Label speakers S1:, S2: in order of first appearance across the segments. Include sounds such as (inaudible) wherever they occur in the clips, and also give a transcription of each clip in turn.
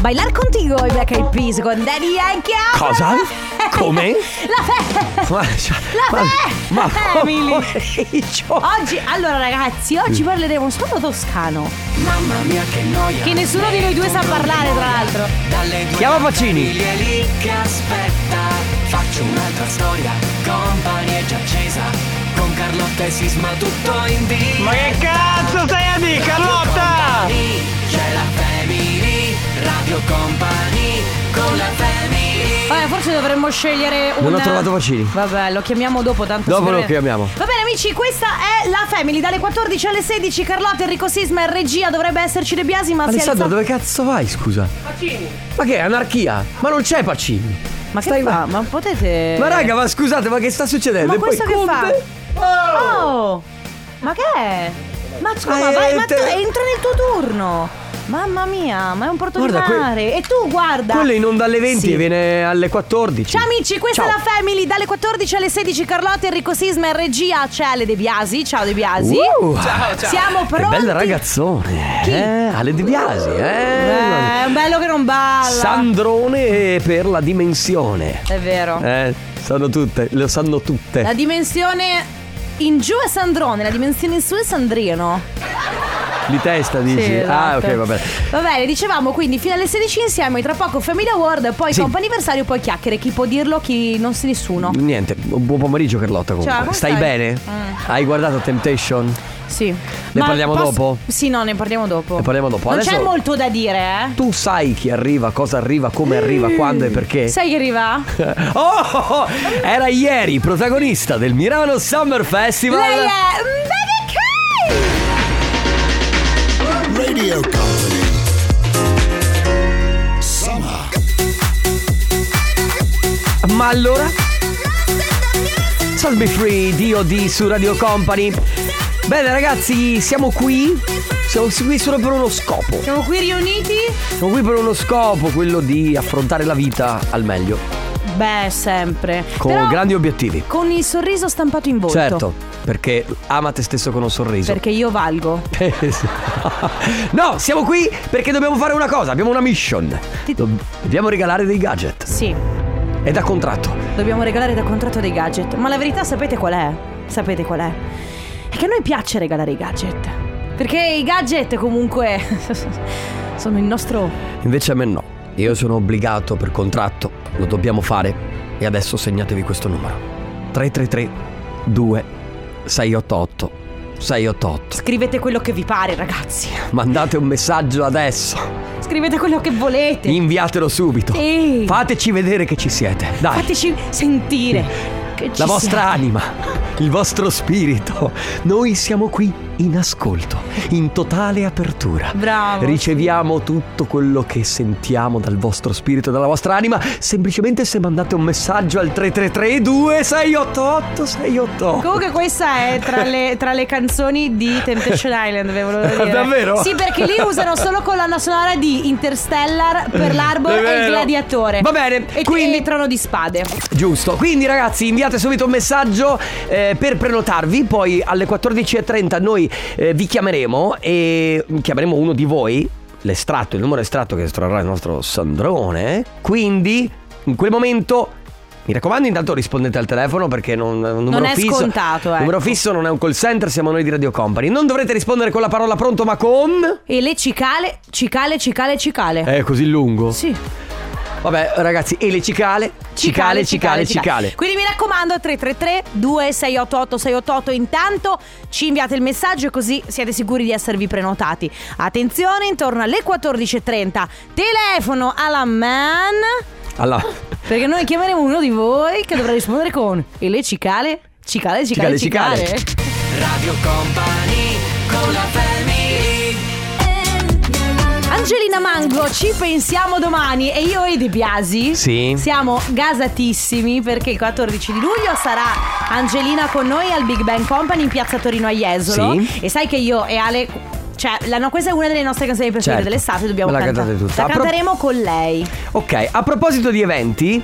S1: bailar contigo i Black Eyed Peas con Daddy Yankee. ah.
S2: Cosa? Come?
S1: La festa!
S2: Ma,
S1: La
S2: ma,
S1: festa, Emily.
S2: ma Riccio.
S1: Oggi, allora ragazzi, oggi
S2: Mm.
S1: parleremo solo toscano.
S3: Mamma mia che noia
S1: Che nessuno di noi due sa parlare, tra l'altro.
S3: Dalle due
S2: Chiama Pacini.
S3: famiglie lì che aspetta Faccio un'altra storia Company è già accesa Con Carlotta e Sisma tutto in diretta
S2: Ma che cazzo stai a dire, Carlotta?
S3: Company, C'è la family Radio Company Con la family
S1: Vabbè, forse dovremmo scegliere un.
S2: Non ho trovato Pacini.
S1: Vabbè, lo chiamiamo dopo, tanto
S2: Dopo
S1: si
S2: lo
S1: prende-
S2: chiamiamo.
S1: Va bene, amici, questa è la Family. Dalle 14 alle 16, Carlotta, Enrico Sisma e regia dovrebbe esserci De Biasi, ma si è
S2: Alessandro,
S1: alzato-
S2: dove cazzo vai, scusa? Pacini. Ma che è anarchia? Ma non c'è Pacini.
S1: Ma che fa? Ma potete.
S2: Ma raga, ma scusate, ma che sta succedendo?
S1: Eh. Ma
S2: E poi
S1: questo che
S2: Conte?
S1: fa? Oh! Ma che è? Ma scusa,
S2: Ah,
S1: vai, ma tu-
S2: te-
S1: entra nel tuo turno! Mamma mia, ma è un
S2: Guarda, que-
S1: portomare! E tu guarda!
S2: Quello in onda alle 20
S1: Sì.
S2: e viene alle 14.
S1: Ciao amici, questa
S2: Ciao.
S1: è la Family, dalle 14 alle 16 Carlotta, Enrico Sisma e regia c'è Ale De Biasi, ciao De Biasi.
S2: Uh,
S1: Siamo
S2: Che
S1: pronti.
S2: bel ragazzone.
S1: Chi?
S2: Eh, Ale De Biasi, eh.
S1: Eh, è un bello che non balla.
S2: Sandrone per la dimensione.
S1: È vero.
S2: Eh, sanno tutte, lo sanno tutte.
S1: La dimensione in giù è Sandrone, la dimensione in su è Sandrino.
S2: Di testa dici?
S1: Sì,
S2: Ah,
S1: esatto.
S2: ok, vabbè.
S1: Va bene, dicevamo quindi fino alle 16 insieme, tra poco Family Award, poi
S2: Sì.
S1: comp'anniversario, poi chiacchiere, chi può dirlo, chi non si nessuno.
S2: Niente, bu- buon pomeriggio Carlotta comunque.
S1: Ciao, come
S2: stai,
S1: stai?
S2: bene?
S1: Mm.
S2: Hai guardato Temptation?
S1: Sì. Ne
S2: parliamo dopo?
S1: Sì, no, ne parliamo dopo.
S2: Ne parliamo dopo.
S1: Non
S2: Adesso-
S1: c'è molto da dire,
S2: Tu sai chi arriva, cosa arriva, come arriva, quando e
S1: eh.
S2: perché?
S1: Sai che
S2: (laughs)
S1: arriva?
S2: Oh, oh, oh, era ieri protagonista del Milano Summer Festival.
S1: Lei è Mary Kay!
S4: Radio Company. Summer.
S2: Ma allora? Salve Free, D.O.D. su Radio Company. Bene ragazzi, siamo qui. Siamo qui solo per uno scopo.
S1: Siamo qui riuniti?
S2: Siamo qui per uno scopo, quello di affrontare la vita al meglio,
S1: Beh, sempre.
S2: con
S1: Però
S2: grandi obiettivi.
S1: con il sorriso stampato in volto.
S2: Certo, perché ama te stesso con un sorriso.
S1: Perché io valgo.
S2: (laughs) no, siamo qui perché dobbiamo fare una cosa, abbiamo una mission.
S1: Ti-
S2: Dob- Dobbiamo regalare dei gadget.
S1: Sì,
S2: È da contratto.
S1: dobbiamo regalare da contratto dei gadget. Ma la verità sapete qual è? Sapete qual è? È che a noi piace regalare i gadget. Perché i gadget comunque (laughs) sono il nostro...
S2: Invece a me no. Io sono obbligato per contratto, lo dobbiamo fare. E adesso segnatevi questo numero. 333 2 688 688.
S1: Scrivete quello che vi pare ragazzi.
S2: Mandate un messaggio adesso.
S1: Scrivete quello che volete.
S2: Inviatelo subito.
S1: Sì.
S2: Fateci vedere che ci siete. Dai.
S1: Fateci sentire. Che ci
S2: La vostra
S1: siamo.
S2: anima, il vostro spirito. Noi siamo qui in ascolto, in totale apertura.
S1: Bravo.
S2: Riceviamo tutto quello che sentiamo dal vostro spirito, dalla vostra anima, semplicemente se mandate un messaggio al 333 2688 688.
S1: Comunque questa è tra le, tra le canzoni di
S2: (laughs)
S1: Temptation Island, ve volevo dire.
S2: Davvero?
S1: Sì, perché lì usano solo colonna sonora di Interstellar, per l'Arbor
S2: È
S1: e il
S2: vero.
S1: Gladiatore.
S2: Va bene,
S1: E,
S2: quindi-
S1: e Trono di Spade.
S2: Giusto, quindi ragazzi inviate subito un messaggio eh, per prenotarvi, poi alle 14.30 noi eh, vi chiameremo e chiameremo uno di voi, l'estratto, il numero estratto che estrarrà il nostro Sandrone, quindi in quel momento... Mi raccomando, intanto rispondete al telefono perché non, è un numero
S1: è
S2: fisso.
S1: scontato, ecco.
S2: Numero fisso non è un call center, siamo noi di Radio Company. Non dovrete rispondere con la parola pronto, ma con.
S1: E le cicale, cicale, cicale, cicale.
S2: È così lungo.
S1: Sì.
S2: Vabbè, ragazzi, ele cicale, cicale, cicale, cicale.
S1: Quindi mi raccomando 333 2688 688 intanto ci inviate il messaggio e così siete sicuri di esservi prenotati. Attenzione, intorno alle 14:30 telefono alla man
S2: Allora.
S1: Perché noi chiameremo uno di voi che dovrà rispondere con E le cicale? Cicale, cicale,
S2: Cicale,
S1: cicale.
S2: cicale.
S3: Radio Company Con la family
S1: Angelina Mango, ci pensiamo domani e io e De Biasi
S2: Sì.
S1: siamo gasatissimi perché il 14 di luglio sarà Angelina con noi al Big Bang Company in piazza Torino a Jesolo.
S2: Sì.
S1: E sai che io e Ale Cioè, la- no, questa è una delle nostre canzoni preferite
S2: Certo.
S1: dell'estate, dobbiamo
S2: Me la
S1: cantare.
S2: cantate tutta.
S1: La
S2: A pro-
S1: canteremo con lei.
S2: Ok, a proposito di eventi,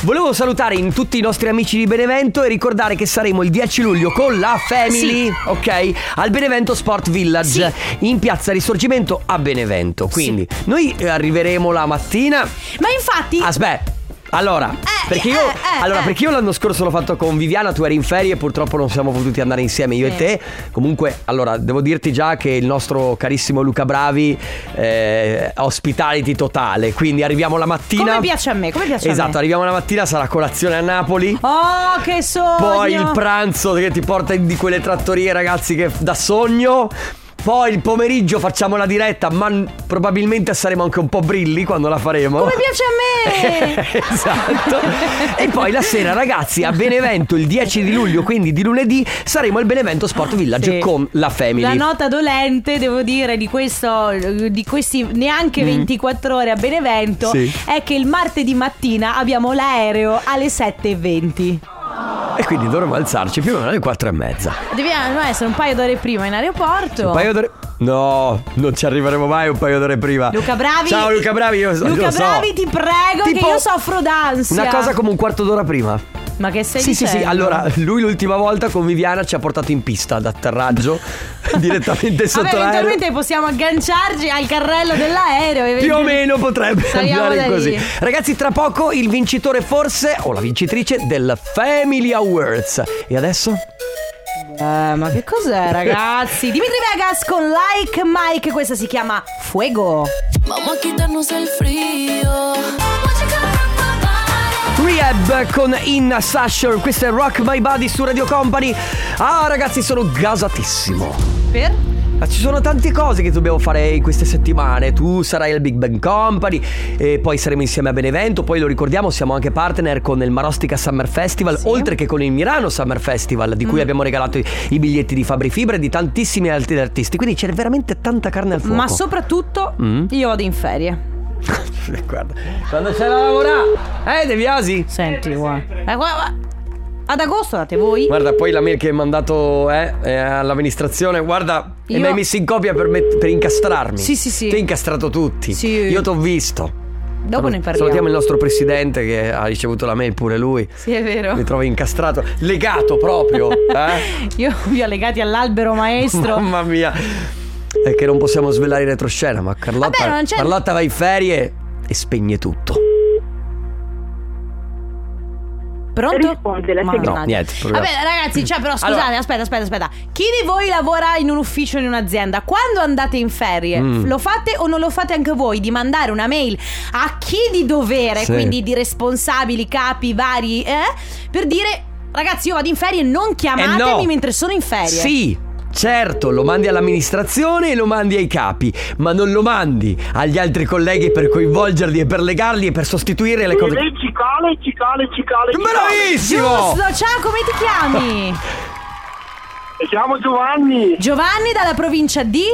S2: volevo salutare in tutti i nostri amici di Benevento e ricordare che saremo il 10 luglio con la Family,
S1: Sì.
S2: ok? Al Benevento Sport Village in Piazza Risorgimento a Benevento. Quindi noi eh, arriveremo la mattina.
S1: Ma infatti,
S2: Aspetta. Allora, perché io,
S1: eh, eh,
S2: allora
S1: eh.
S2: perché io l'anno scorso l'ho fatto con Viviana, tu eri in ferie e purtroppo non siamo potuti andare insieme io
S1: Sì.
S2: e te. Comunque, allora, devo dirti già che il nostro carissimo Luca Bravi eh, hospitality totale, quindi arriviamo la mattina.
S1: come piace a me? Come piace
S2: Esatto,
S1: a me?
S2: arriviamo la mattina, sarà colazione a Napoli.
S1: Oh, che sogno!
S2: Poi il pranzo che ti porta in- di quelle trattorie, ragazzi, che da sogno. Poi il pomeriggio facciamo la diretta, ma n- probabilmente saremo anche un po' brilli quando la faremo.
S1: Come piace a me!
S2: (laughs) esatto.
S1: (laughs)
S2: E poi la sera, ragazzi, a Benevento il 10 di luglio, quindi di lunedì, saremo al Benevento Sport Village
S1: Sì.
S2: con la
S1: La
S2: Family.
S1: nota dolente, devo dire, di, questo, di questi neanche 24 ore a Benevento
S2: Mm. Sì.
S1: è che il martedì mattina abbiamo l'aereo alle 7.20.
S2: E quindi dovremo alzarci più o meno alle 4 e mezza.
S1: Dobbiamo essere un paio d'ore prima in aeroporto.
S2: Un paio d'ore. No, non ci arriveremo mai un paio d'ore prima.
S1: Luca Bravi.
S2: Ciao Luca Bravi, io so-
S1: Luca
S2: lo so.
S1: Bravi, ti prego,
S2: Tipo-
S1: che io soffro d'ansia.
S2: Una cosa come un quarto d'ora prima.
S1: Ma che sei
S2: Sì, sì, sì.
S1: dicendo?
S2: Allora, lui l'ultima volta con Viviana ci ha portato in pista d'atterraggio (laughs) direttamente
S1: Vabbè,
S2: sotto l'aereo.
S1: eventualmente possiamo agganciarci al carrello dell'aereo.
S2: Più o
S1: eventualmente-
S2: meno potrebbe
S1: Saliamo da
S2: andare
S1: lì.
S2: così. Ragazzi, tra poco il vincitore forse o la vincitrice del Family Awards. E adesso?
S1: Eh, ma che cos'è,
S2: (laughs)
S1: ragazzi? Dimitri Vegas con Like Mike, questa si chiama Fuego.
S5: Vamos a quitarnos el frío.
S2: Rehab con Inna Sasher. Questo è Rock My Body su Radio Company. Ah, ragazzi, sono gasatissimo.
S1: Per?
S2: Ma Ah, ci sono tante cose che dobbiamo fare in queste settimane. Tu sarai al Big Bang Company, e poi saremo insieme a Benevento. Poi lo ricordiamo, siamo anche partner con il Marostica Summer Festival, oltre che con il Milano Summer Festival, di
S1: Mm.
S2: cui abbiamo regalato i, i biglietti di Fabri Fibra e di tantissimi altri artisti. Quindi c'è veramente tanta carne al fuoco.
S1: Ma soprattutto
S2: Mm.
S1: io vado in ferie.
S2: (laughs) Guarda, quando c'è da lavorare, eh, De Biasi?
S1: Senti, guarda. Eh, guarda, Ad agosto date voi.
S2: Guarda, poi la mail che hai mandato eh, eh, all'amministrazione, guarda, e
S1: Io-
S2: mi hai messo in copia per, met- per incastrarmi.
S1: Sì, sì, sì.
S2: Ti hai incastrato tutti.
S1: Sì.
S2: Io t'ho visto.
S1: Dopo ne
S2: Salut-
S1: parliamo.
S2: Salutiamo il nostro presidente che ha ricevuto la mail pure lui.
S1: Sì, è vero.
S2: Mi trovo incastrato, legato
S1: (laughs)
S2: proprio. eh?
S1: Io vi ho legati all'albero maestro.
S2: Mamma mia. È che non possiamo svelare in retroscena, ma Carlotta,
S1: Vabbè, non c'è-
S2: Carlotta va in ferie e spegne tutto.
S1: Pronto?
S6: Risponde la
S1: Mannaggia.
S2: segretaria. No, niente, proviamo.
S1: Vabbè, ragazzi, cioè, però scusate,
S2: Allora-
S1: aspetta, aspetta, aspetta. Chi di voi lavora in un ufficio o in un'azienda? Quando andate in ferie,
S2: Mm.
S1: lo fate o non lo fate anche voi? Di mandare una mail a chi di dovere,
S2: Sì.
S1: quindi di responsabili, capi, vari, eh, per dire. Ragazzi, io vado in ferie, non chiamatemi
S2: Eh, no.
S1: mentre sono in ferie.
S2: Sì. Certo, lo mandi all'amministrazione e lo mandi ai capi, ma non lo mandi agli altri colleghi per coinvolgerli e per legarli e per sostituire le cose.
S6: Lei cicale, cicale, cicale.
S2: Bravissimo!
S1: Giusto, ciao, come ti
S2: (laughs)
S1: chiami?
S6: Siamo Giovanni,
S1: Giovanni dalla provincia di?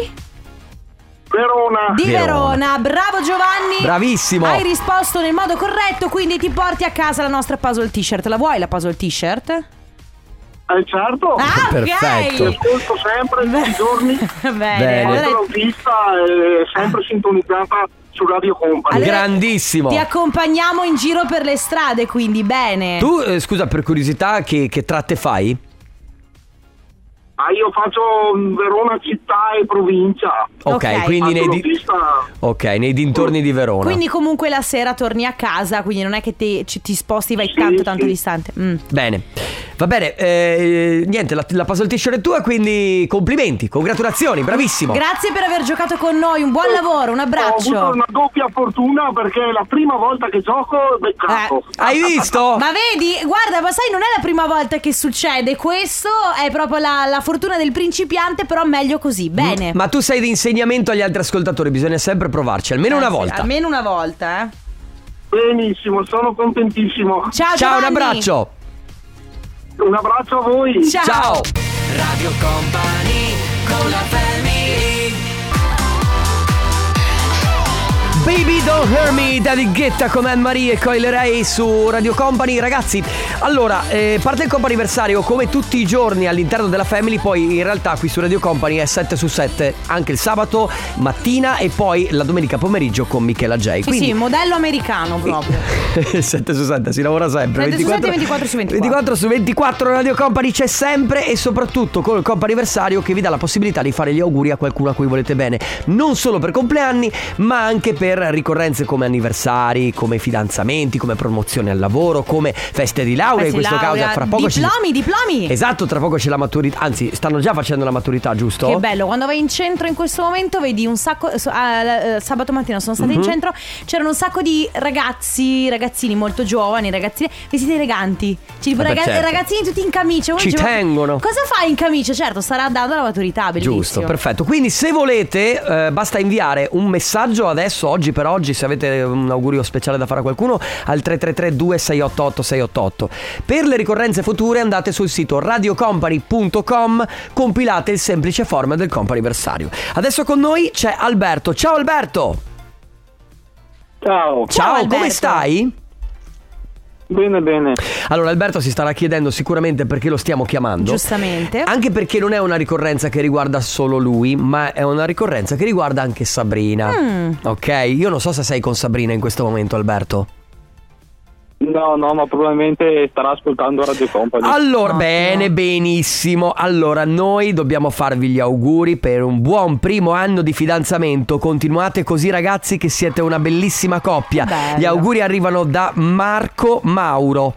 S6: Verona.
S1: Di
S2: Verona.
S1: Verona. bravo Giovanni.
S2: Bravissimo.
S1: Hai risposto nel modo corretto, quindi ti porti a casa la nostra puzzle t-shirt. La vuoi la puzzle t-shirt?
S6: Eh, certo.
S1: Ah, ok.
S2: Oh, Perfetto.
S6: Ti ascolto sempre tutti i giorni.
S1: (laughs) Bene.
S2: Bene.
S1: allora-
S6: Quando l'ho vista eh, sempre
S1: Ah.
S6: sintonizzata su Radio Company.
S1: allora
S2: Grandissimo.
S1: Ti accompagniamo in giro per le strade, quindi bene.
S2: Tu, eh, scusa, per curiosità, che, che tratte fai?
S6: Ah, io faccio mm, Verona città e provincia.
S2: Ok,
S1: Ok.
S2: quindi
S6: Quando
S2: nei,
S6: l'ho
S2: di-
S6: vista
S2: ok, nei dintorni di Verona.
S1: Quindi comunque la sera torni a casa, quindi non è che ti, ci- ti sposti, vai
S6: Sì,
S1: tanto
S6: sì.
S1: tanto distante. Mm.
S2: Bene, va bene, eh, niente, la, la puzzle t-shirt è tua, quindi complimenti, congratulazioni, bravissimo.
S1: Grazie per aver giocato con noi, un buon lavoro, un
S6: Oh, Ho avuto
S1: abbraccio.
S6: una doppia fortuna perché è la prima volta che gioco Ah, è beccato.
S1: Eh,
S2: Hai visto?
S1: Ma vedi, guarda, ma sai, non è la prima volta che succede. Questo è proprio la, la fortuna del principiante, però meglio così. Bene.
S2: Ma tu sei di insegnamento agli altri ascoltatori, bisogna sempre provarci, almeno una
S1: Eh sì,
S2: volta.
S1: almeno una volta, eh.
S6: Benissimo, sono contentissimo.
S1: Ciao,
S2: Ciao, un
S1: Giovanni.
S2: abbraccio.
S6: Un abbraccio a voi.
S1: Ciao.
S2: Ciao.
S3: Radio Company con la family.
S2: Baby Don't Hurt Me, David Guetta con Anne-Marie e Coil Ray su Radio Company Ragazzi, allora, eh, parte il comp anniversario come tutti i giorni all'interno della Family Poi in realtà qui su Radio Company è 7 su 7 Anche il sabato mattina e poi la domenica pomeriggio con Michela J
S1: Sì, sì, modello americano (laughs) proprio.
S2: (laughs) 7 su 7 si lavora sempre
S1: 7 su 7 e 24 su 24.
S2: 24 su 24 Radio Company c'è sempre e soprattutto col comp'anniversario che vi dà la possibilità di fare gli auguri a qualcuno a cui volete bene non solo per compleanni ma anche per ricorrenze come anniversari come fidanzamenti come promozione al lavoro come feste di laurea
S1: Feste
S2: in
S1: di
S2: questo
S1: laurea,
S2: caso fra poco ci-
S1: diplomi, diplomi.
S2: esatto tra poco c'è la maturità anzi stanno già facendo la maturità giusto?
S1: Che bello, quando vai in centro in questo momento vedi un sacco. so- ah, eh, sabato mattina sono stata
S2: Mhm.
S1: in centro, c'erano un sacco di ragazzi, ragazzini molto giovani, ragazzini vestiti eleganti. Ci tipo
S2: Eh beh,
S1: raga-
S2: certo.
S1: ragazzini tutti in camicia. uno
S2: Ci
S1: diceva,
S2: tengono.
S1: Cosa fai in camicia? Certo, starà dando la maturità, bellissimo.
S2: Giusto, perfetto. Quindi se volete eh, basta inviare un messaggio adesso, oggi per oggi, se avete un augurio speciale da fare a qualcuno, al 333-2688-688. Per le ricorrenze future andate sul sito radiocompany.com, compilate il semplice form del comp'anniversario. Adesso con noi c'è Alberto. Ciao Alberto!
S6: Ciao.
S1: Ciao,
S2: come
S1: Alberto.
S2: stai?
S6: Bene, bene.
S2: Allora Alberto si starà chiedendo sicuramente perché lo stiamo chiamando.
S1: Giustamente.
S2: Anche perché non è una ricorrenza che riguarda solo lui, ma è una ricorrenza che riguarda anche Sabrina. Ok? Io non so se sei con Sabrina in questo momento, Alberto.
S6: No, no, ma probabilmente starà ascoltando Radio Company.
S2: Allora,
S1: Ottimo.
S2: bene, benissimo. Allora, noi dobbiamo farvi gli auguri per un buon primo anno di fidanzamento. Continuate così, ragazzi, che siete una bellissima coppia.
S1: Bello.
S2: Gli auguri arrivano da Marco Mauro.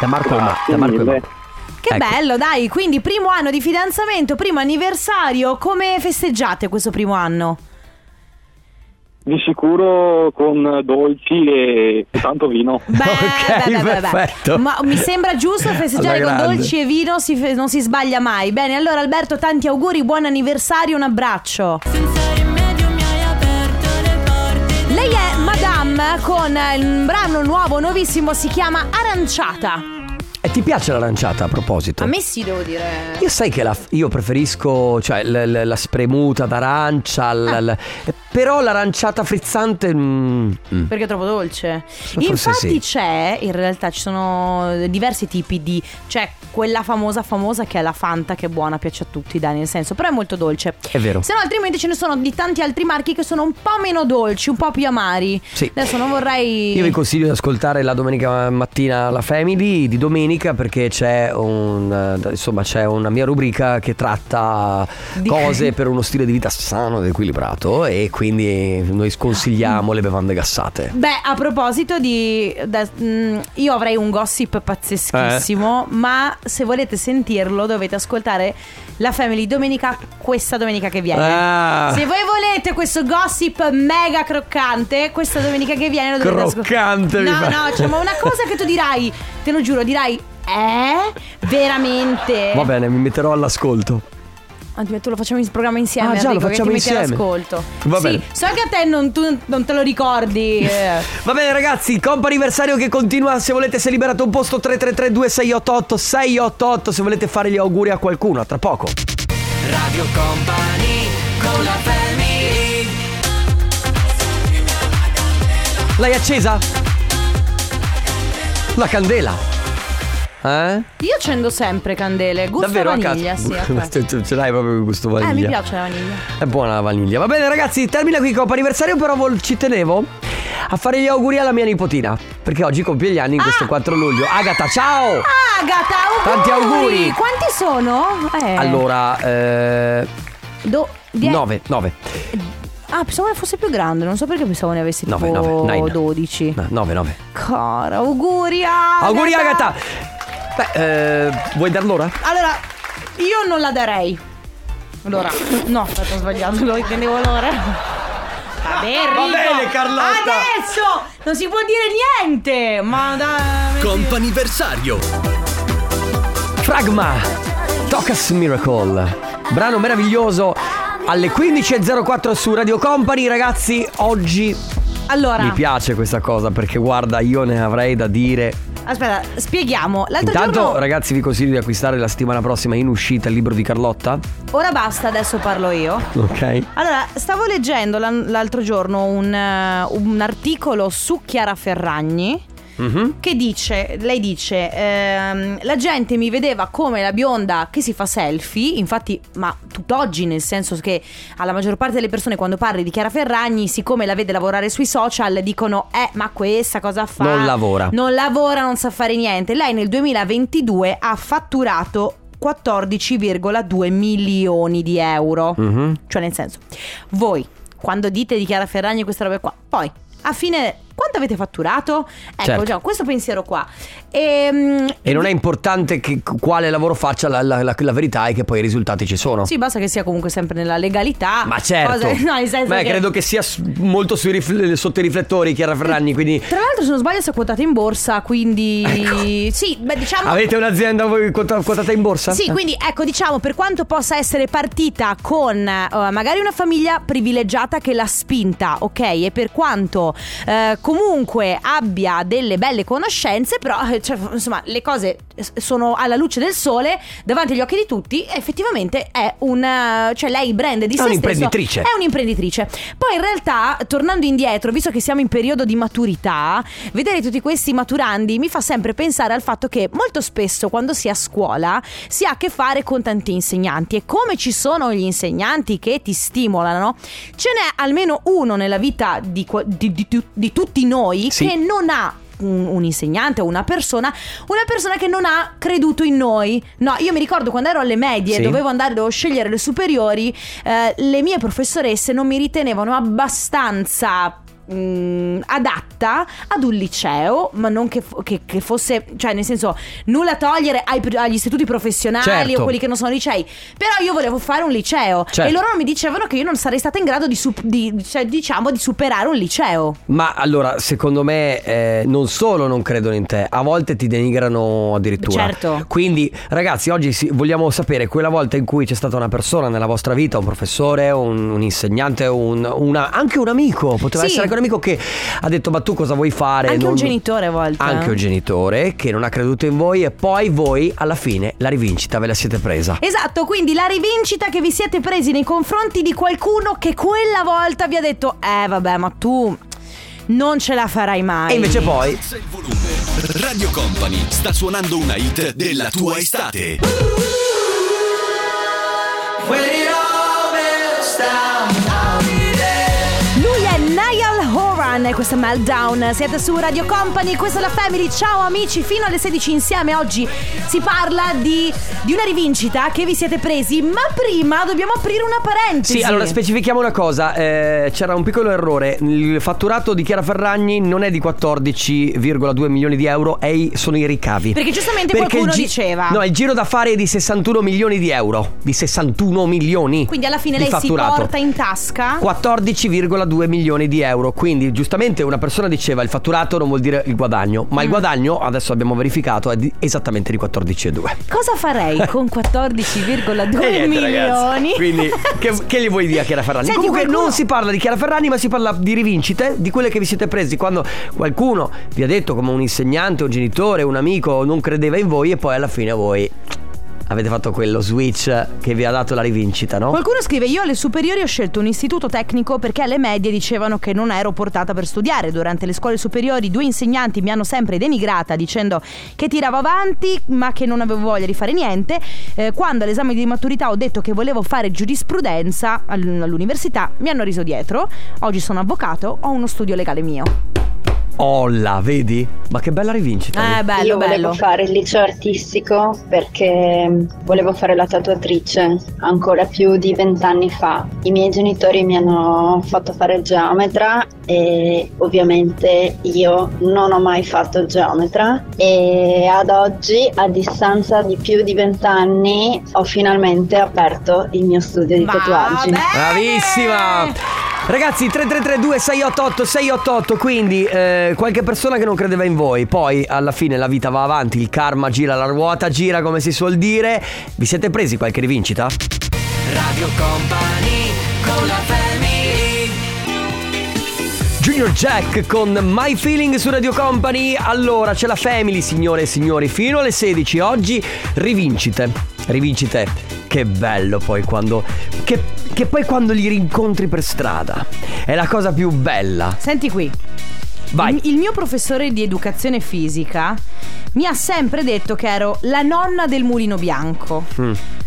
S2: Da Marco, e Ma- Ah, da Marco e
S6: mille.
S2: Mauro.
S1: Che
S2: Ecco.
S1: bello, dai. Quindi, primo anno di fidanzamento, primo anniversario. Come festeggiate questo primo anno?
S6: Di sicuro con dolci e e tanto vino.
S1: Beh,
S2: Ok,
S1: beh, beh, beh, beh.
S2: perfetto.
S1: Ma mi sembra giusto festeggiare
S2: Alla
S1: con
S2: grande.
S1: dolci e vino, si fe- non si sbaglia mai. Bene, allora Alberto, tanti auguri, buon anniversario, un abbraccio.
S5: Senza rimedio mi hai aperto le porte.
S1: Lei è Madame con eh, un brano nuovo, nuovissimo, si chiama Aranciata.
S2: E ti piace l'aranciata a proposito?
S1: A me sì, devo dire.
S2: Io sai che la- io preferisco cioè, l- l- la spremuta d'arancia, l- l- però l'aranciata frizzante... mm, mm.
S1: Perché è troppo dolce.
S2: forse
S1: Infatti
S2: sì.
S1: c'è, in realtà ci sono diversi tipi di... C'è quella famosa famosa che è la Fanta, che è buona, piace a tutti, dai, nel senso, però è molto dolce.
S2: È vero.
S1: Se no, altrimenti ce ne sono di tanti altri marchi che sono un po' meno dolci, un po' più amari.
S2: Sì.
S1: Adesso non vorrei.
S2: Io vi consiglio di ascoltare la domenica mattina la Family di domenica perché c'è un eh, insomma c'è una mia rubrica che tratta
S1: Di-
S2: cose per uno stile di vita sano ed equilibrato e quindi noi sconsigliamo le bevande gassate.
S1: Beh, a proposito di. da- mm, io avrei un gossip pazzeschissimo,
S2: Eh.
S1: ma se volete sentirlo dovete ascoltare la Family domenica, questa domenica che viene.
S2: Ah.
S1: Se voi volete questo gossip mega croccante, questa domenica che viene lo dovete
S2: Croccante, mi
S1: ascoltare.
S2: fa-
S1: No, no, cioè, ma una cosa che tu dirai, te lo giuro, dirai. Eh? Veramente?
S2: Va bene, mi metterò all'ascolto.
S1: Anzi, tu Ah, lo facciamo in programma insieme.
S2: Ah, già,
S1: Enrico,
S2: lo facciamo
S1: che ti metti
S2: insieme.
S1: all'ascolto.
S2: Va
S1: sì,
S2: bene.
S1: so che a te non, tu non te lo (laughs) ricordi. eh.
S2: Va bene ragazzi, compa anniversario che continua, se volete se liberato un posto 333 2688 688 se volete fare gli auguri a qualcuno, a tra poco.
S3: Radio Company con la family
S2: L'hai accesa? La candela. Eh?
S1: Io accendo sempre candele, gusto
S2: Davvero a
S1: vaniglia,
S2: casa?
S1: sì.
S2: (laughs)
S1: aspetta.
S2: Ce- Ce l'hai proprio con gusto vaniglia.
S1: Eh, mi piace la vaniglia.
S2: È buona la vaniglia. Va bene ragazzi, termina qui compa anniversario, però vol- ci tenevo a fare gli auguri alla mia nipotina, perché oggi compie gli anni in questo
S1: Ah!
S2: 4 luglio. Agata, ciao!
S1: Agata, auguri!
S2: Tanti auguri!
S1: Quanti sono? Eh,
S2: Allora, eh,
S1: do- die-
S2: 9, 9.
S1: Ah, pensavo ne fosse più grande, non so perché pensavo ne avessi tipo
S2: 9, 9, 9.
S1: 12.
S2: 9, 9.
S1: Cara, auguri Agata!
S2: Auguri Agata! Beh, eh, vuoi dar l'ora?
S1: Allora, io non la darei. Allora, no, aspetta, ho sbagliato, lo intendevo l'ora. Va bene,
S2: Va
S1: Enrico.
S2: bene, Carlotta.
S1: Adesso non si può dire niente. Ma dai.
S3: Comp'anniversario
S2: Fragma, Tocas Miracle, brano meraviglioso alle 15.04 su Radio Company. Ragazzi, oggi
S1: Allora,
S2: mi piace questa cosa perché guarda, io ne avrei da dire
S1: Aspetta, spieghiamo. L'altro
S2: Intanto,
S1: giorno...
S2: ragazzi, vi consiglio di acquistare la settimana prossima in uscita il libro di Carlotta.
S1: Ora basta, adesso parlo io.
S2: Ok.
S1: Allora, stavo leggendo l'an- l'altro giorno un, eh, un articolo su Chiara Ferragni.
S2: Mhm.
S1: Che dice, lei dice, ehm, la gente mi vedeva come la bionda che si fa selfie, infatti, ma tutt'oggi, nel senso che alla maggior parte delle persone quando parli di Chiara Ferragni, siccome la vede lavorare sui social, dicono, eh, ma questa cosa fa?
S2: Non lavora.
S1: Non lavora, non sa fare niente. Lei nel 2022 ha fatturato 14,2 milioni di euro.
S2: Mhm.
S1: Cioè, nel senso, voi quando dite di Chiara Ferragni queste robe qua, poi a fine quanto avete fatturato? Ecco,
S2: Certo.
S1: già, questo pensiero qua. Ehm,
S2: E non è importante che- quale lavoro faccia, la, la- la- la verità è che poi i risultati ci sono.
S1: Sì, basta che sia comunque sempre nella legalità.
S2: Ma certo,
S1: Cose- (laughs) no, nel senso
S2: Beh,
S1: che-
S2: credo che sia s- molto sui rif- sotto i riflettori Chiara Ferragni, quindi
S1: Tra l'altro, se non sbaglio, si è quotata in borsa, quindi...
S2: Ecco.
S1: Sì, beh, diciamo...
S2: avete un'azienda voi quota- quotata in borsa?
S1: Sì, quindi ecco, diciamo, per quanto possa essere partita con eh, magari una famiglia privilegiata che l'ha spinta, ok? E per quanto eh, comunque abbia delle belle conoscenze, però eh, cioè, insomma, le cose s- sono alla luce del sole, davanti agli occhi di tutti, effettivamente è un eh, cioè lei il brand di
S2: È
S1: sé
S2: un'imprenditrice.
S1: stesso è un'imprenditrice. Poi in realtà, tornando indietro, visto che siamo in periodo di maturità, vedere tutti questi maturandi mi fa sempre pensare al fatto che molto spesso quando si è a scuola si ha a che fare con tanti insegnanti e come ci sono gli insegnanti che ti stimolano, ce n'è almeno uno nella vita di, qua- di- di- di- di tutti noi
S2: Sì.
S1: che non ha un, un insegnante o una persona, una persona che non ha creduto in noi. No, io mi ricordo quando ero alle medie,
S2: Sì.
S1: dovevo andare, dovevo scegliere le superiori, eh, le mie professoresse non mi ritenevano abbastanza mm, adatta ad un liceo ma non che, fo- che- che fosse cioè nel senso nulla a togliere ai pri- agli istituti professionali
S2: Certo.
S1: o quelli che non sono licei però io volevo fare un liceo
S2: Certo.
S1: e loro mi dicevano che io non sarei stata in grado di, sup- di- cioè, diciamo di superare un liceo
S2: Ma allora, secondo me, eh, non solo non credono in te, a volte ti denigrano addirittura.
S1: Certo.
S2: Quindi, ragazzi, oggi si- vogliamo sapere quella volta in cui c'è stata una persona nella vostra vita, un professore, un, un insegnante, un- una- anche un amico. Poteva
S1: Sì.
S2: essere anche un amico che ha detto: Ma tu cosa vuoi fare?
S1: anche un
S2: Non-
S1: genitore a volte eh.
S2: Anche un genitore che non ha creduto in voi e poi voi alla fine la rivincita ve la siete presa.
S1: Esatto, quindi la rivincita che vi siete presi nei confronti di qualcuno che quella volta vi ha detto "Eh vabbè, ma tu non ce la farai mai".
S2: E invece poi
S7: Alza il volume. Radio Company sta suonando una hit della tua estate.
S1: lui è Niall Horan e questa è Meltdown. Siete su Radio Company, questa è la Family. Ciao amici, fino alle 16 insieme oggi si parla di, di una rivincita che vi siete presi, ma prima dobbiamo aprire una parentesi.
S2: Sì, allora specifichiamo una cosa, eh, c'era un piccolo errore, il fatturato di Chiara Ferragni non è di 14,2 milioni di euro, è i- sono i ricavi.
S1: Perché giustamente qualcuno
S2: il
S1: diceva.
S2: No, il giro da fare è di 61 milioni di euro, di 61 milioni.
S1: Quindi alla fine
S2: di
S1: lei
S2: fatturato.
S1: si porta in tasca
S2: 14,2 milioni di euro, quindi giustamente una persona diceva il fatturato non vuol dire il guadagno,
S1: Mm.
S2: ma il guadagno adesso abbiamo verificato è di- esattamente di 14,2.
S1: Cosa farei
S2: (laughs)
S1: con 14,2
S2: E Eh, niente, ragazzi.
S1: milioni?
S2: Quindi, che, che gli vuoi dire a Chiara Ferragni?
S1: Senti,
S2: Comunque,
S1: qualcuno-
S2: non si parla di Chiara Ferragni, ma si parla di rivincite, di quelle che vi siete presi quando qualcuno vi ha detto, come un insegnante, un genitore, un amico, non credeva in voi, e poi alla fine voi avete fatto quello switch che vi ha dato la rivincita, no?
S1: Qualcuno scrive: Io alle superiori ho scelto un istituto tecnico perché alle medie dicevano che non ero portata per studiare. Durante le scuole superiori, due insegnanti mi hanno sempre denigrata dicendo che tiravo avanti ma che non avevo voglia di fare niente. Eh, quando all'esame di maturità ho detto che volevo fare giurisprudenza all- all'università, mi hanno riso dietro. Oggi sono avvocato, ho uno studio legale mio.
S2: Olla, vedi? Ma che bella rivincita!
S1: Eh,
S2: lì.
S1: bello,
S8: Io volevo
S1: bello.
S8: fare il liceo artistico perché volevo fare la tatuatrice ancora più di vent'anni fa. I miei genitori mi hanno fatto fare geometra e ovviamente io non ho mai fatto geometra e ad oggi a distanza di più di vent'anni ho finalmente aperto il mio studio di
S1: Ma
S8: tatuaggi.
S1: bene!
S2: Bravissima! Ragazzi 3332 688 688 quindi eh, qualche persona che non credeva in voi, poi alla fine la vita va avanti, il karma gira, la ruota gira come si suol dire, vi siete presi qualche rivincita? Radio Company con la Junior Jack con My Feeling su Radio Company. Allora, c'è la Family, signore e signori, fino alle 16 oggi. Rivincite, rivincite. Che bello poi quando... Che, che poi quando li rincontri per strada. È la cosa più bella.
S1: Senti qui.
S2: Vai.
S1: Il, il mio professore di educazione fisica mi ha sempre detto che ero la nonna del mulino bianco.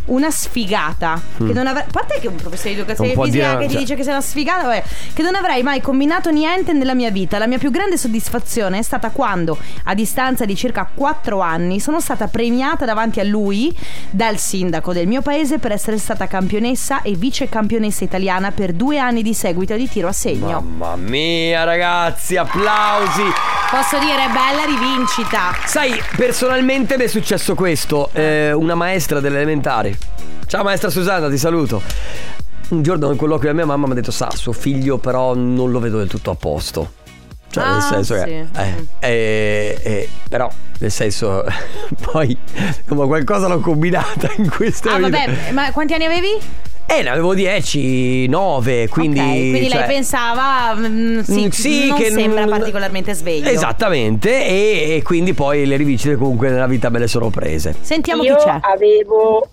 S1: Una sfigata. Che non avrei. A parte che un professore di educazione
S2: Non può
S1: fisica
S2: dire-
S1: che ti
S2: cioè-
S1: dice che sei una sfigata, vabbè, che non avrei mai combinato niente nella mia vita. La mia più grande soddisfazione è stata quando, a distanza di circa 4 anni, sono stata premiata davanti a lui dal sindaco del mio paese per essere stata campionessa e vice campionessa italiana per due anni di seguito di tiro a segno.
S2: Mamma mia ragazzi, applausi.
S1: Posso dire bella rivincita.
S2: Sai, personalmente mi è successo questo. eh, una maestra delle elementari. Ciao maestra Susanna, ti saluto. Un giorno in colloquio da mia mamma mi ha detto, sa, suo figlio però non lo vedo del tutto a posto. Cioè,
S1: Ah,
S2: nel senso che...
S1: sì.
S2: eh,
S1: Mm.
S2: eh, eh, però, nel senso, (laughs) poi, insomma, qualcosa l'ho combinata in questa
S1: Ah,
S2: vita.
S1: vabbè, ma quanti anni avevi?
S2: Eh, ne avevo 10, 9, quindi...
S1: Ok, quindi
S2: cioè-
S1: lei pensava. mm,
S2: Mm,
S1: sì, non
S2: che
S1: sembra
S2: non- Esatto.
S1: particolarmente sveglio.
S2: Esattamente, e, e quindi poi le rivincite comunque nella vita me le sono prese.
S1: Sentiamo
S9: Io
S1: chi c'è.
S9: avevo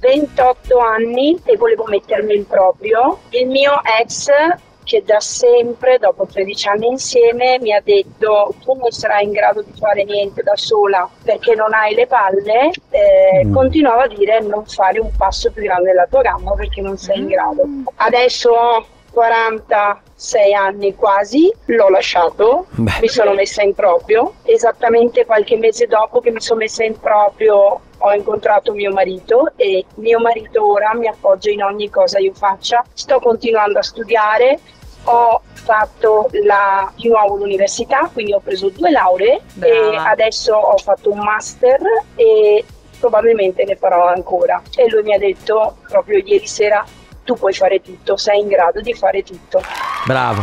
S9: 28 anni e volevo mettermi in proprio. Il mio ex, che da sempre, dopo 13 anni insieme, mi ha detto tu non sarai in grado di fare niente da sola perché non hai le palle, eh, continuava a dire non fare un passo più grande della tua gamba perché non sei in grado. Adesso ho 46 anni quasi, l'ho lasciato,
S2: Beh.
S9: mi sono messa in proprio. Esattamente qualche mese dopo che mi sono messa in proprio ho incontrato mio marito e mio marito ora mi appoggia in ogni cosa io faccia. Sto continuando a studiare, ho fatto la, di nuovo l'università, quindi ho preso due lauree e
S1: Brava.
S9: adesso ho fatto un master e probabilmente ne farò ancora. E lui mi ha detto proprio ieri sera tu puoi fare tutto, sei in grado di fare tutto.
S2: Bravo.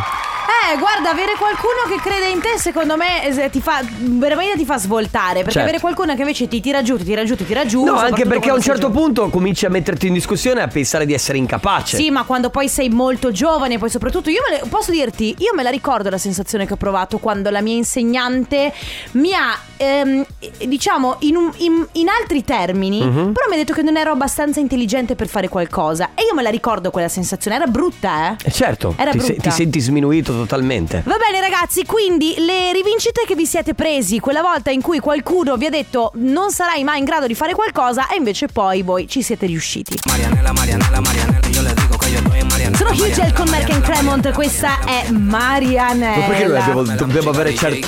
S1: Eh, guarda, avere qualcuno che crede in te, secondo me, eh, ti fa. veramente ti fa svoltare. Perché
S2: Certo.
S1: avere qualcuno che invece ti tira giù, ti tira giù, ti tira giù.
S2: no, anche
S1: soprattutto
S2: perché a un
S1: quando sei
S2: certo
S1: giovane.
S2: punto cominci a metterti in discussione e a pensare di essere incapace.
S1: Sì, ma quando poi sei molto giovane, poi soprattutto io me le- posso dirti, io me la ricordo la sensazione che ho provato quando la mia insegnante mi ha, ehm, eh, diciamo, in, un- in- in altri termini, però mi ha detto che non ero abbastanza intelligente per fare qualcosa. E io me la ricordo quella sensazione, era brutta, eh?
S2: Eh, certo,
S1: Era
S2: ti, se-
S1: brutta.
S2: ti senti sminuito totalmente.
S1: Va bene ragazzi, quindi le rivincite che vi siete presi quella volta in cui qualcuno vi ha detto non sarai mai in grado di fare qualcosa e invece poi voi ci siete riusciti. Sono Hugel con Merck and Cremont, questa è Marianella.
S2: Ma perché noi abbiamo- dobbiamo avere certi.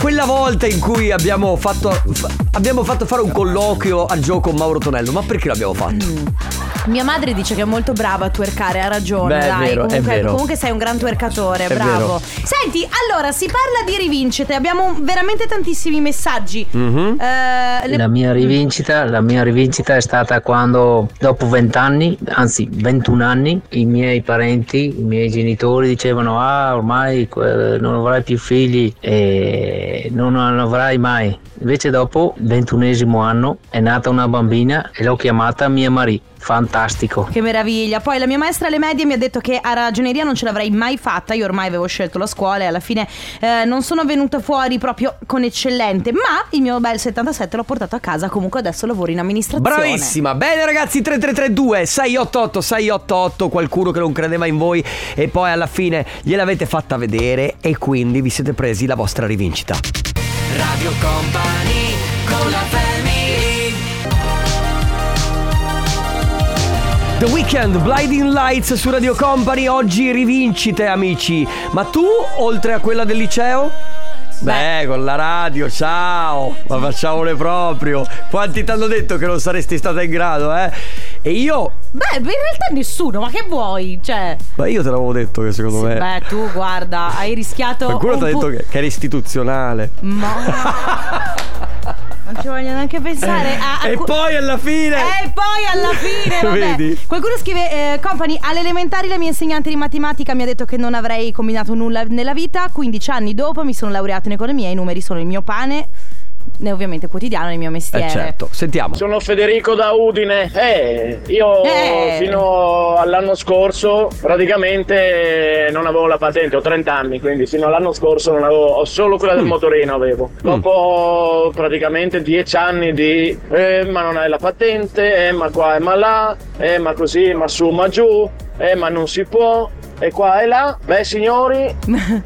S2: Quella volta in cui abbiamo fatto, fa- abbiamo fatto fare un colloquio a gioco con Mauro Tonello, ma perché l'abbiamo fatto?
S1: Mia madre dice che è molto brava a twerkare, ha ragione.
S2: Beh, è
S1: dai.
S2: vero, è
S1: comunque,
S2: vero.
S1: comunque sei un gran twerkatore,
S2: È
S1: bravo.
S2: vero.
S1: Senti, allora si parla di rivincite, abbiamo veramente tantissimi messaggi.
S2: Mhm.
S1: Eh, le-
S10: La mia rivincita, la mia rivincita è stata quando dopo 20 anni, anzi 21 anni, i miei parenti, i miei genitori dicevano ah ormai eh, non avrai più figli e non, non avrai mai. Invece dopo il ventunesimo anno è nata una bambina e l'ho chiamata mia Marie. Fantastico.
S1: Che meraviglia. Poi la mia maestra alle medie mi ha detto che a ragioneria non ce l'avrei mai fatta. Io ormai avevo scelto la scuola e alla fine eh, non sono venuta fuori proprio con eccellente. Ma il mio bel 77 l'ho portato a casa. Comunque adesso lavoro in amministrazione.
S2: Bravissima, bene ragazzi 3332 688 688 qualcuno che non credeva in voi e poi alla fine gliel'avete fatta vedere e quindi vi siete presi la vostra rivincita.
S3: Radio Company con la family
S2: The Weekend Blinding Lights su Radio Company, oggi rivincite amici, ma tu oltre a quella del liceo? Beh, con la radio, ciao, ma facciamole proprio. Quanti ti hanno detto che non saresti stata in grado, eh? E io,
S1: Beh, in realtà nessuno. Ma che vuoi? Cioè,
S2: ma io te l'avevo detto che secondo me...
S1: beh, tu guarda, hai rischiato.
S2: Qualcuno
S1: un
S2: ti ha detto
S1: pu-
S2: che, che era istituzionale. (laughs)
S1: Ma- Non ci voglio neanche pensare. Ah, A, a
S2: Eh. e
S1: cu-
S2: poi alla fine. Eh,
S1: E Eh, poi alla fine, vabbè.
S2: (laughs) Vedi?
S1: Qualcuno scrive, eh, company, alle elementari la mia insegnante di matematica mi ha detto che non avrei combinato nulla nella vita, 15 anni dopo mi sono laureato in economia, i numeri sono il mio pane. è ovviamente quotidiano, è il mio mestiere. (laughs)
S2: Eh certo, sentiamo.
S11: Sono Federico da Udine. Eh, io
S1: Eh.
S11: fino all'anno scorso praticamente non avevo la patente, ho 30 anni, quindi fino all'anno scorso non avevo, ho solo quella del motorino avevo. Dopo praticamente 10 anni di eh, ma non hai la patente, eh, ma qua e ma là, eh, ma così, ma su, ma giù, eh, ma non si può. E qua e là, beh signori,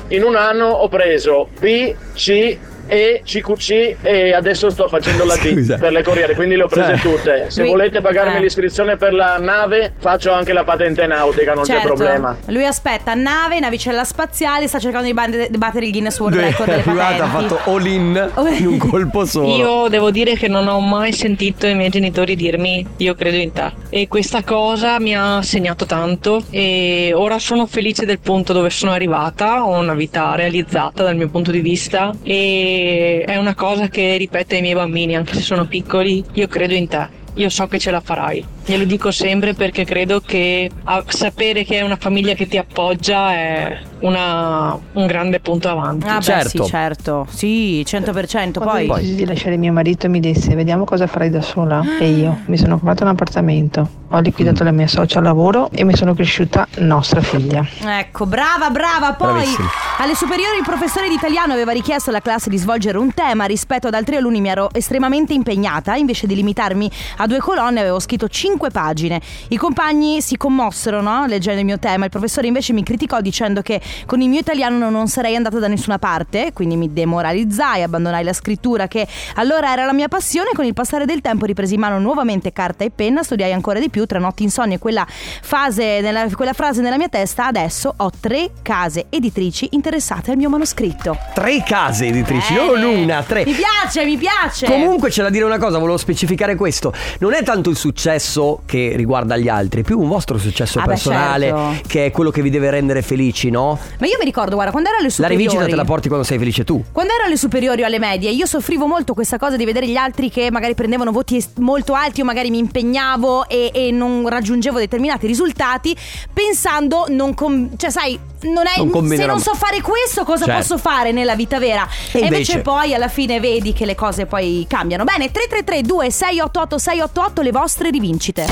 S11: in un anno ho preso P, C, E, CQC e adesso sto facendo la D
S2: Scusa.
S11: per le corriere, quindi le ho prese
S2: Cioè-
S11: tutte. Se
S1: Lui-
S11: volete pagarmi
S1: eh.
S11: l'iscrizione per la nave, faccio anche la patente nautica, non c'è
S1: Certo.
S11: problema.
S1: Lui aspetta nave, navicella spaziale, sta cercando di bande- di battere il Guinness
S2: (laughs)
S1: World
S2: Due-
S1: Record delle
S2: Guarda, ha
S1: patenti.
S2: fatto
S1: (laughs)
S2: all in in un colpo solo.
S12: Io devo dire che non ho mai sentito i miei genitori dirmi io credo in te e questa cosa mi ha segnato tanto e ora sono felice del punto dove sono arrivata, ho una vita realizzata dal mio punto di vista e è una cosa che ripeto ai miei bambini anche se sono piccoli, io credo in te. Io so che ce la farai, glielo dico sempre perché credo che a- sapere che è una famiglia che ti appoggia è una- un grande punto avanti.
S1: Ah, beh, sì, certo. Sì, 100%. Poi,
S13: Poi decisi di lasciare mio marito mi disse vediamo cosa farai da sola e io mi sono comprato un appartamento, ho liquidato la mia socia al lavoro e mi sono cresciuta nostra figlia.
S1: Ecco, brava, brava. Poi
S13: Bravissima.
S1: alle superiori il professore di italiano aveva richiesto alla classe di svolgere un tema rispetto ad altri alunni mi ero estremamente impegnata, invece di limitarmi a due colonne avevo scritto cinque pagine. I compagni si commossero, no? leggendo il mio tema. Il professore invece mi criticò dicendo che con il mio italiano non sarei andata da nessuna parte, quindi mi demoralizzai, abbandonai la scrittura che allora era la mia passione, con il passare del tempo ripresi in mano nuovamente carta e penna, studiai ancora di più, tra notti insonnie quella, fase nella, quella frase nella mia testa, adesso ho tre case editrici interessate al mio manoscritto.
S2: Tre case editrici,
S1: Eh.
S2: non una, tre.
S1: Mi piace, mi piace!
S2: Comunque c'è da dire una cosa, volevo specificare questo. Non è tanto il successo che riguarda gli altri, è più un vostro successo
S1: Ah, beh,
S2: personale
S1: certo.
S2: che è quello che vi deve rendere felici, no?
S1: Ma io mi ricordo, guarda, quando ero alle
S2: La
S1: superiori...
S2: rivincita te la porti quando sei felice tu.
S1: Quando ero alle superiori o alle medie, io soffrivo molto questa cosa di vedere gli altri che magari prendevano voti est- molto alti, io magari mi impegnavo e, e non raggiungevo determinati risultati, pensando, non com- cioè, sai, non è-
S2: Non
S1: se
S2: combinerà
S1: non
S2: mai.
S1: so fare questo, cosa
S2: Certo.
S1: posso fare nella vita vera?
S2: E invece?
S1: poi alla fine vedi che le cose poi cambiano. Bene, 333 688 688 le vostre rivincite.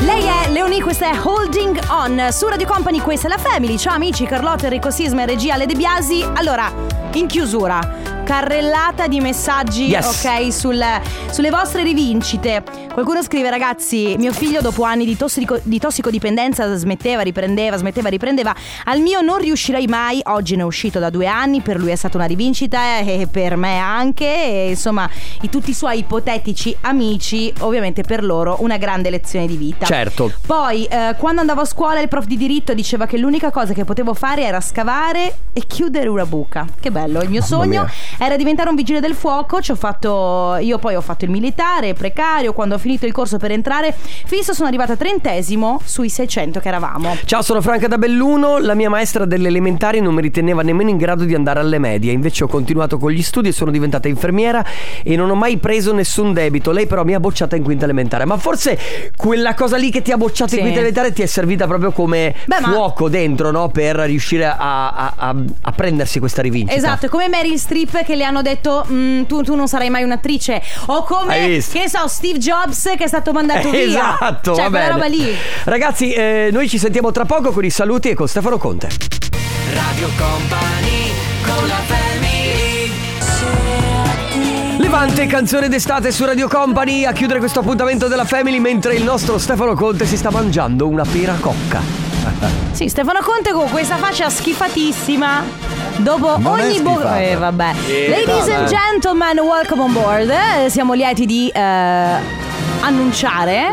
S1: Lei è Leonie, questa è Holding On su Radio Company, questa è la Family. Ciao amici, Carlotta, Enrico Sisma e regia Ale De Biasi. Allora, in chiusura, carrellata di messaggi,
S14: Yes.
S1: ok, sul- sulle vostre rivincite. Qualcuno scrive, ragazzi, mio figlio dopo anni di, tossico- di tossicodipendenza smetteva, riprendeva, smetteva, riprendeva. Al mio non riuscirei mai, oggi ne è uscito da due anni, per lui è stata una rivincita e per me anche, e insomma, i- tutti i suoi ipotetici amici, ovviamente per loro una grande lezione di vita.
S14: Cioè.
S2: Certo.
S1: Poi, eh, quando andavo a scuola, il prof di diritto diceva che l'unica cosa che potevo fare era scavare e chiudere una buca. Che bello, il mio
S14: Mamma
S1: sogno
S14: mia.
S1: era diventare un vigile del fuoco. Ci ho fatto, io poi ho fatto il militare, precario. Quando ho finito il corso per entrare fisso, sono arrivata trentesimo sui 600 che eravamo.
S2: Ciao, sono Franca da Belluno. La mia maestra delle elementari non mi riteneva nemmeno in grado di andare alle medie. Invece ho continuato con gli studi e sono diventata infermiera e non ho mai preso nessun debito. Lei però mi ha bocciata in quinta elementare. Ma forse quella cosa lì che ti ha bocciato
S1: Sì.
S2: in quinta elementare ti è servita proprio come
S1: Beh, ma-
S2: fuoco dentro, no? Per riuscire a, a- a- a prendersi questa rivincita.
S1: Esatto, è come Meryl Streep che le hanno detto "Mm, tu, tu non sarai mai un'attrice. O come,
S2: Hai visto?
S1: che so, Steve Jobs che è stato
S2: (laughs)
S1: mandato via.
S2: Esatto,
S1: cioè,
S2: va
S1: quella
S2: bene.
S1: roba lì.
S2: Ragazzi, eh, noi ci sentiamo tra poco con i saluti e con Stefano Conte.
S3: Radio Company con la family
S2: Levante, canzone d'estate su Radio Company a chiudere questo appuntamento della Family mentre il nostro Stefano Conte si sta mangiando una pera cocca.
S1: Sì, Stefano Conte con questa faccia schifatissima. Dopo
S2: Non è
S1: ogni bo-
S2: schifata.
S1: Eh, vabbè.
S2: Sì,
S1: Ladies and
S2: vabbè.
S1: gentlemen, welcome on board. Eh, Siamo lieti di eh, annunciare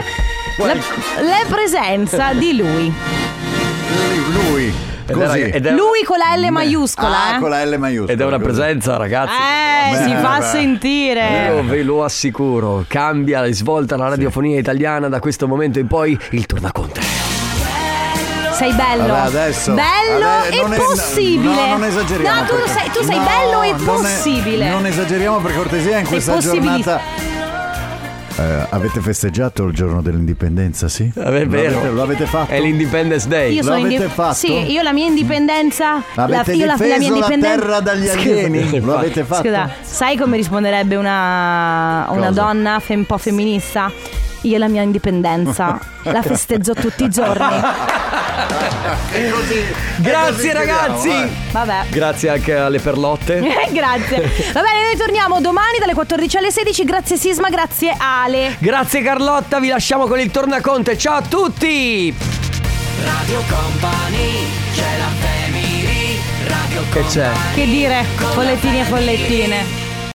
S1: la, la presenza di lui.
S15: Lui, così.
S1: Lui con la L maiuscola.
S15: Ah,
S1: eh.
S15: con la L maiuscola.
S2: Ed è una presenza, ragazzi.
S1: Eh, si fa sentire.
S2: Io ve lo assicuro, cambia e svolta la radiofonia italiana da questo momento in poi il tornaconte.
S1: Sei bello.
S15: Vabbè, adesso-
S1: bello
S15: vabbè, non
S1: e
S15: es-
S1: possibile.
S15: no, non esageriamo.
S1: No, tu,
S15: perché-
S1: sei, tu sei
S15: No,
S1: bello e
S15: non è-
S1: possibile.
S15: Non esageriamo per cortesia in
S1: Sei
S15: questa
S1: possibilista.
S15: giornata. eh, avete festeggiato il giorno dell'indipendenza, sì?
S2: È vero.
S15: L'avete- Eh, lo avete fatto?
S2: È l'Independence Day.
S1: Io sono
S15: L'avete
S1: indi-
S15: fatto?
S1: Sì, io la mia indipendenza.
S15: Avete
S1: la, io la,
S15: difeso
S1: mia
S15: la
S1: indipendenza.
S15: terra dagli alieni? Lo avete fatto?
S1: Scusa, sai come risponderebbe una, una
S15: Cosa?
S1: donna fe- un po' femminista? Io la mia indipendenza la festeggio tutti
S15: (laughs)
S1: i giorni.
S2: Grazie ragazzi.
S1: Vabbè. (laughs)
S2: Grazie anche alle perlotte.
S1: Eh, grazie. Va bene, noi torniamo domani dalle 14 alle 16. Grazie Sisma, grazie Ale.
S2: (laughs) Grazie Carlotta, vi lasciamo con il tornaconte. Ciao a tutti!
S3: Radio Company, c'è la family, Radio
S2: Che c'è?
S1: Che dire, follettini e follettine.